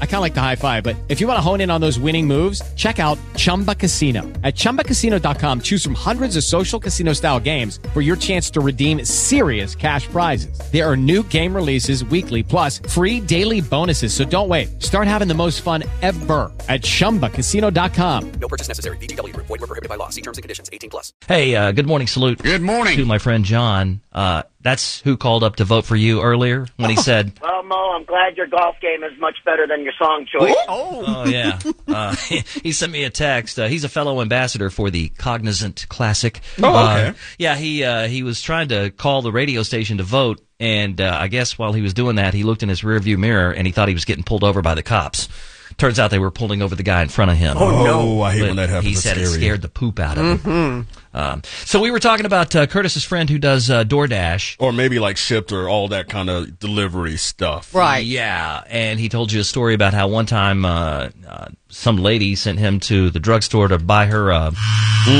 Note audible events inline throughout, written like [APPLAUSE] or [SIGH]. I kind of like the high five, but if you want to hone in on those winning moves, check out Chumba Casino. At chumbacasino.com, choose from hundreds of social casino style games for your chance to redeem serious cash prizes. There are new game releases weekly, plus free daily bonuses. So don't wait. Start having the most fun ever at chumbacasino.com. No purchase necessary. VGW Group. Void were prohibited by law. See terms and conditions. 18 plus. Hey, uh, good morning, salute. Good morning. to my friend John. Uh, that's who called up to vote for you earlier when Oh. he [LAUGHS] said, Well, Mo, I'm glad your golf game is much better than your song choice. "Oh yeah." Uh, [LAUGHS] he sent me a text. Uh, he's a fellow ambassador for the Cognizant Classic. Oh, okay. yeah, he uh, he was trying to call the radio station to vote, and uh, I guess while he was doing that, he looked in his rearview mirror and he thought he was getting pulled over by the cops. Turns out they were pulling over the guy in front of him. Oh, I hate But when that happens. He That's said it scary. Mm-hmm. scared the poop out of him. Um, so we were talking about uh, Curtis's friend who does uh, DoorDash. Or maybe like shipped or all that kind of delivery stuff. Right. Yeah, and he told you a story about how one time uh, uh, some lady sent him to the drugstore to buy her. Uh,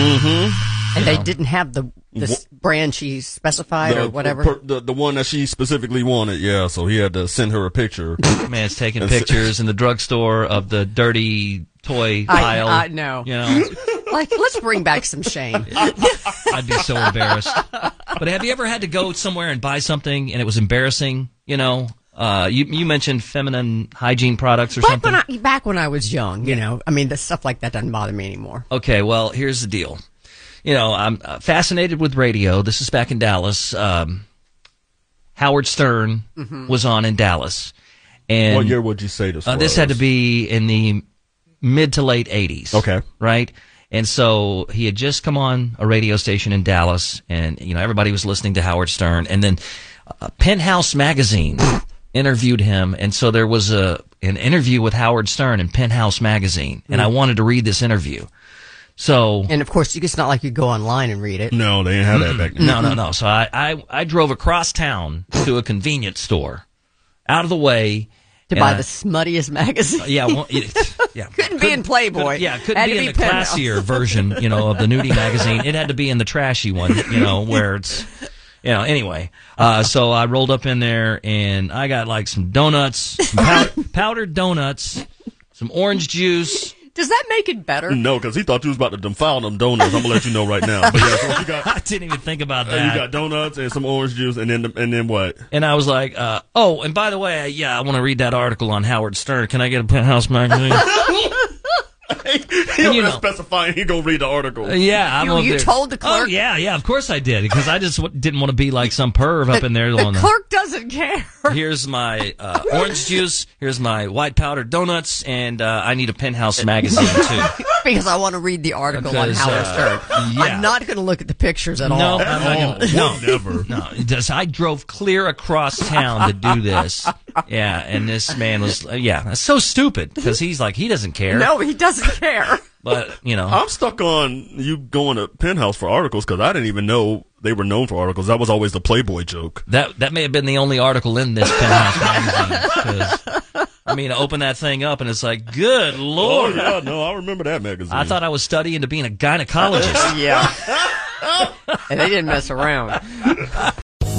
And they didn't have the this brand she specified or whatever. per- the, the one that she specifically wanted, yeah. So he had to send her [LAUGHS] a picture. man's taking pictures in the drugstore of the dirty toy I, aisle. I know. You know, Like, let's bring back some [LAUGHS] shame. I'd be so embarrassed. But have you ever had to go somewhere and buy something and it was embarrassing? You know, uh, you you mentioned feminine hygiene products or Back something. when, I, back when I was young, you know, I mean, the stuff like that doesn't bother me anymore. Okay, well, here's the deal. You know, I'm uh, fascinated with radio. This is back in Dallas. Um, Howard Stern was on in Dallas, and what year would you say this uh, this was? had to be in the mid to late '80s. Okay. right. And so he had just come on a radio station in Dallas, and you know everybody was listening to Howard Stern, and then uh, Penthouse magazine interviewed him, and so there was a an interview with Howard Stern in Penthouse magazine, and I wanted to read this interview. So And of course, you- it's not like you go online and read it. No, they didn't have that back then. No, no, no. So I, I, I drove across town to a convenience store, out of the way To and buy I- the smuttiest [LAUGHS] magazine. Yeah, well, it, [LAUGHS] yeah. Couldn't be in Playboy. Could- yeah, couldn't Had be, to in the Penthouse. classier version, you know, of the nudie magazine. It had to be in the trashy one, you [LAUGHS] know, where it's, you know. Anyway, uh, so I rolled up in there and I got like some donuts, some [LAUGHS] pow- powdered donuts, some orange juice. [LAUGHS] Does that make it better? Mm, No, because he thought you was about to defile them donuts. I'm gonna let you know right now. But yeah, so [LAUGHS] you got I didn't even think Oh, about you that. got donuts and some orange juice, and then the, and then what? And I was like, uh, oh, and by the way, yeah, I want to read that article on Howard Stern. Can I get a penthouse [LAUGHS] magazine? [LAUGHS] He you you know. specifying he gonna read the article. Uh, Yeah, I'm You- up you there. told the Oh clerk? yeah, yeah, of course I did because I just w- didn't want to be like some perv up in there. The on the- clerk doesn't care. [LAUGHS] [LAUGHS] Here's my uh, orange juice. Here's my white powdered donuts, and uh, I need a penthouse magazine too. [LAUGHS] because I want to read the article Because, on Howard uh, Stern. yeah. I'm not going to look at the pictures Oh. at No, all. [LAUGHS] I'm not gonna, no, [LAUGHS] never. no. it does- I drove clear across town to do this. Yeah, and this man was uh, yeah, that's so stupid because he's like he doesn't care. No, he doesn't care. but you know, I'm stuck on you going to Penthouse for articles because I didn't even know they were known for articles. That was always the Playboy joke. That that may have been the only article in this penthouse magazine. 'cause, I mean, I open that thing up and it's like, good Oh lord! yeah, no, I remember that magazine. I thought I was studying to being a gynecologist. yeah. [LAUGHS] and they didn't mess around.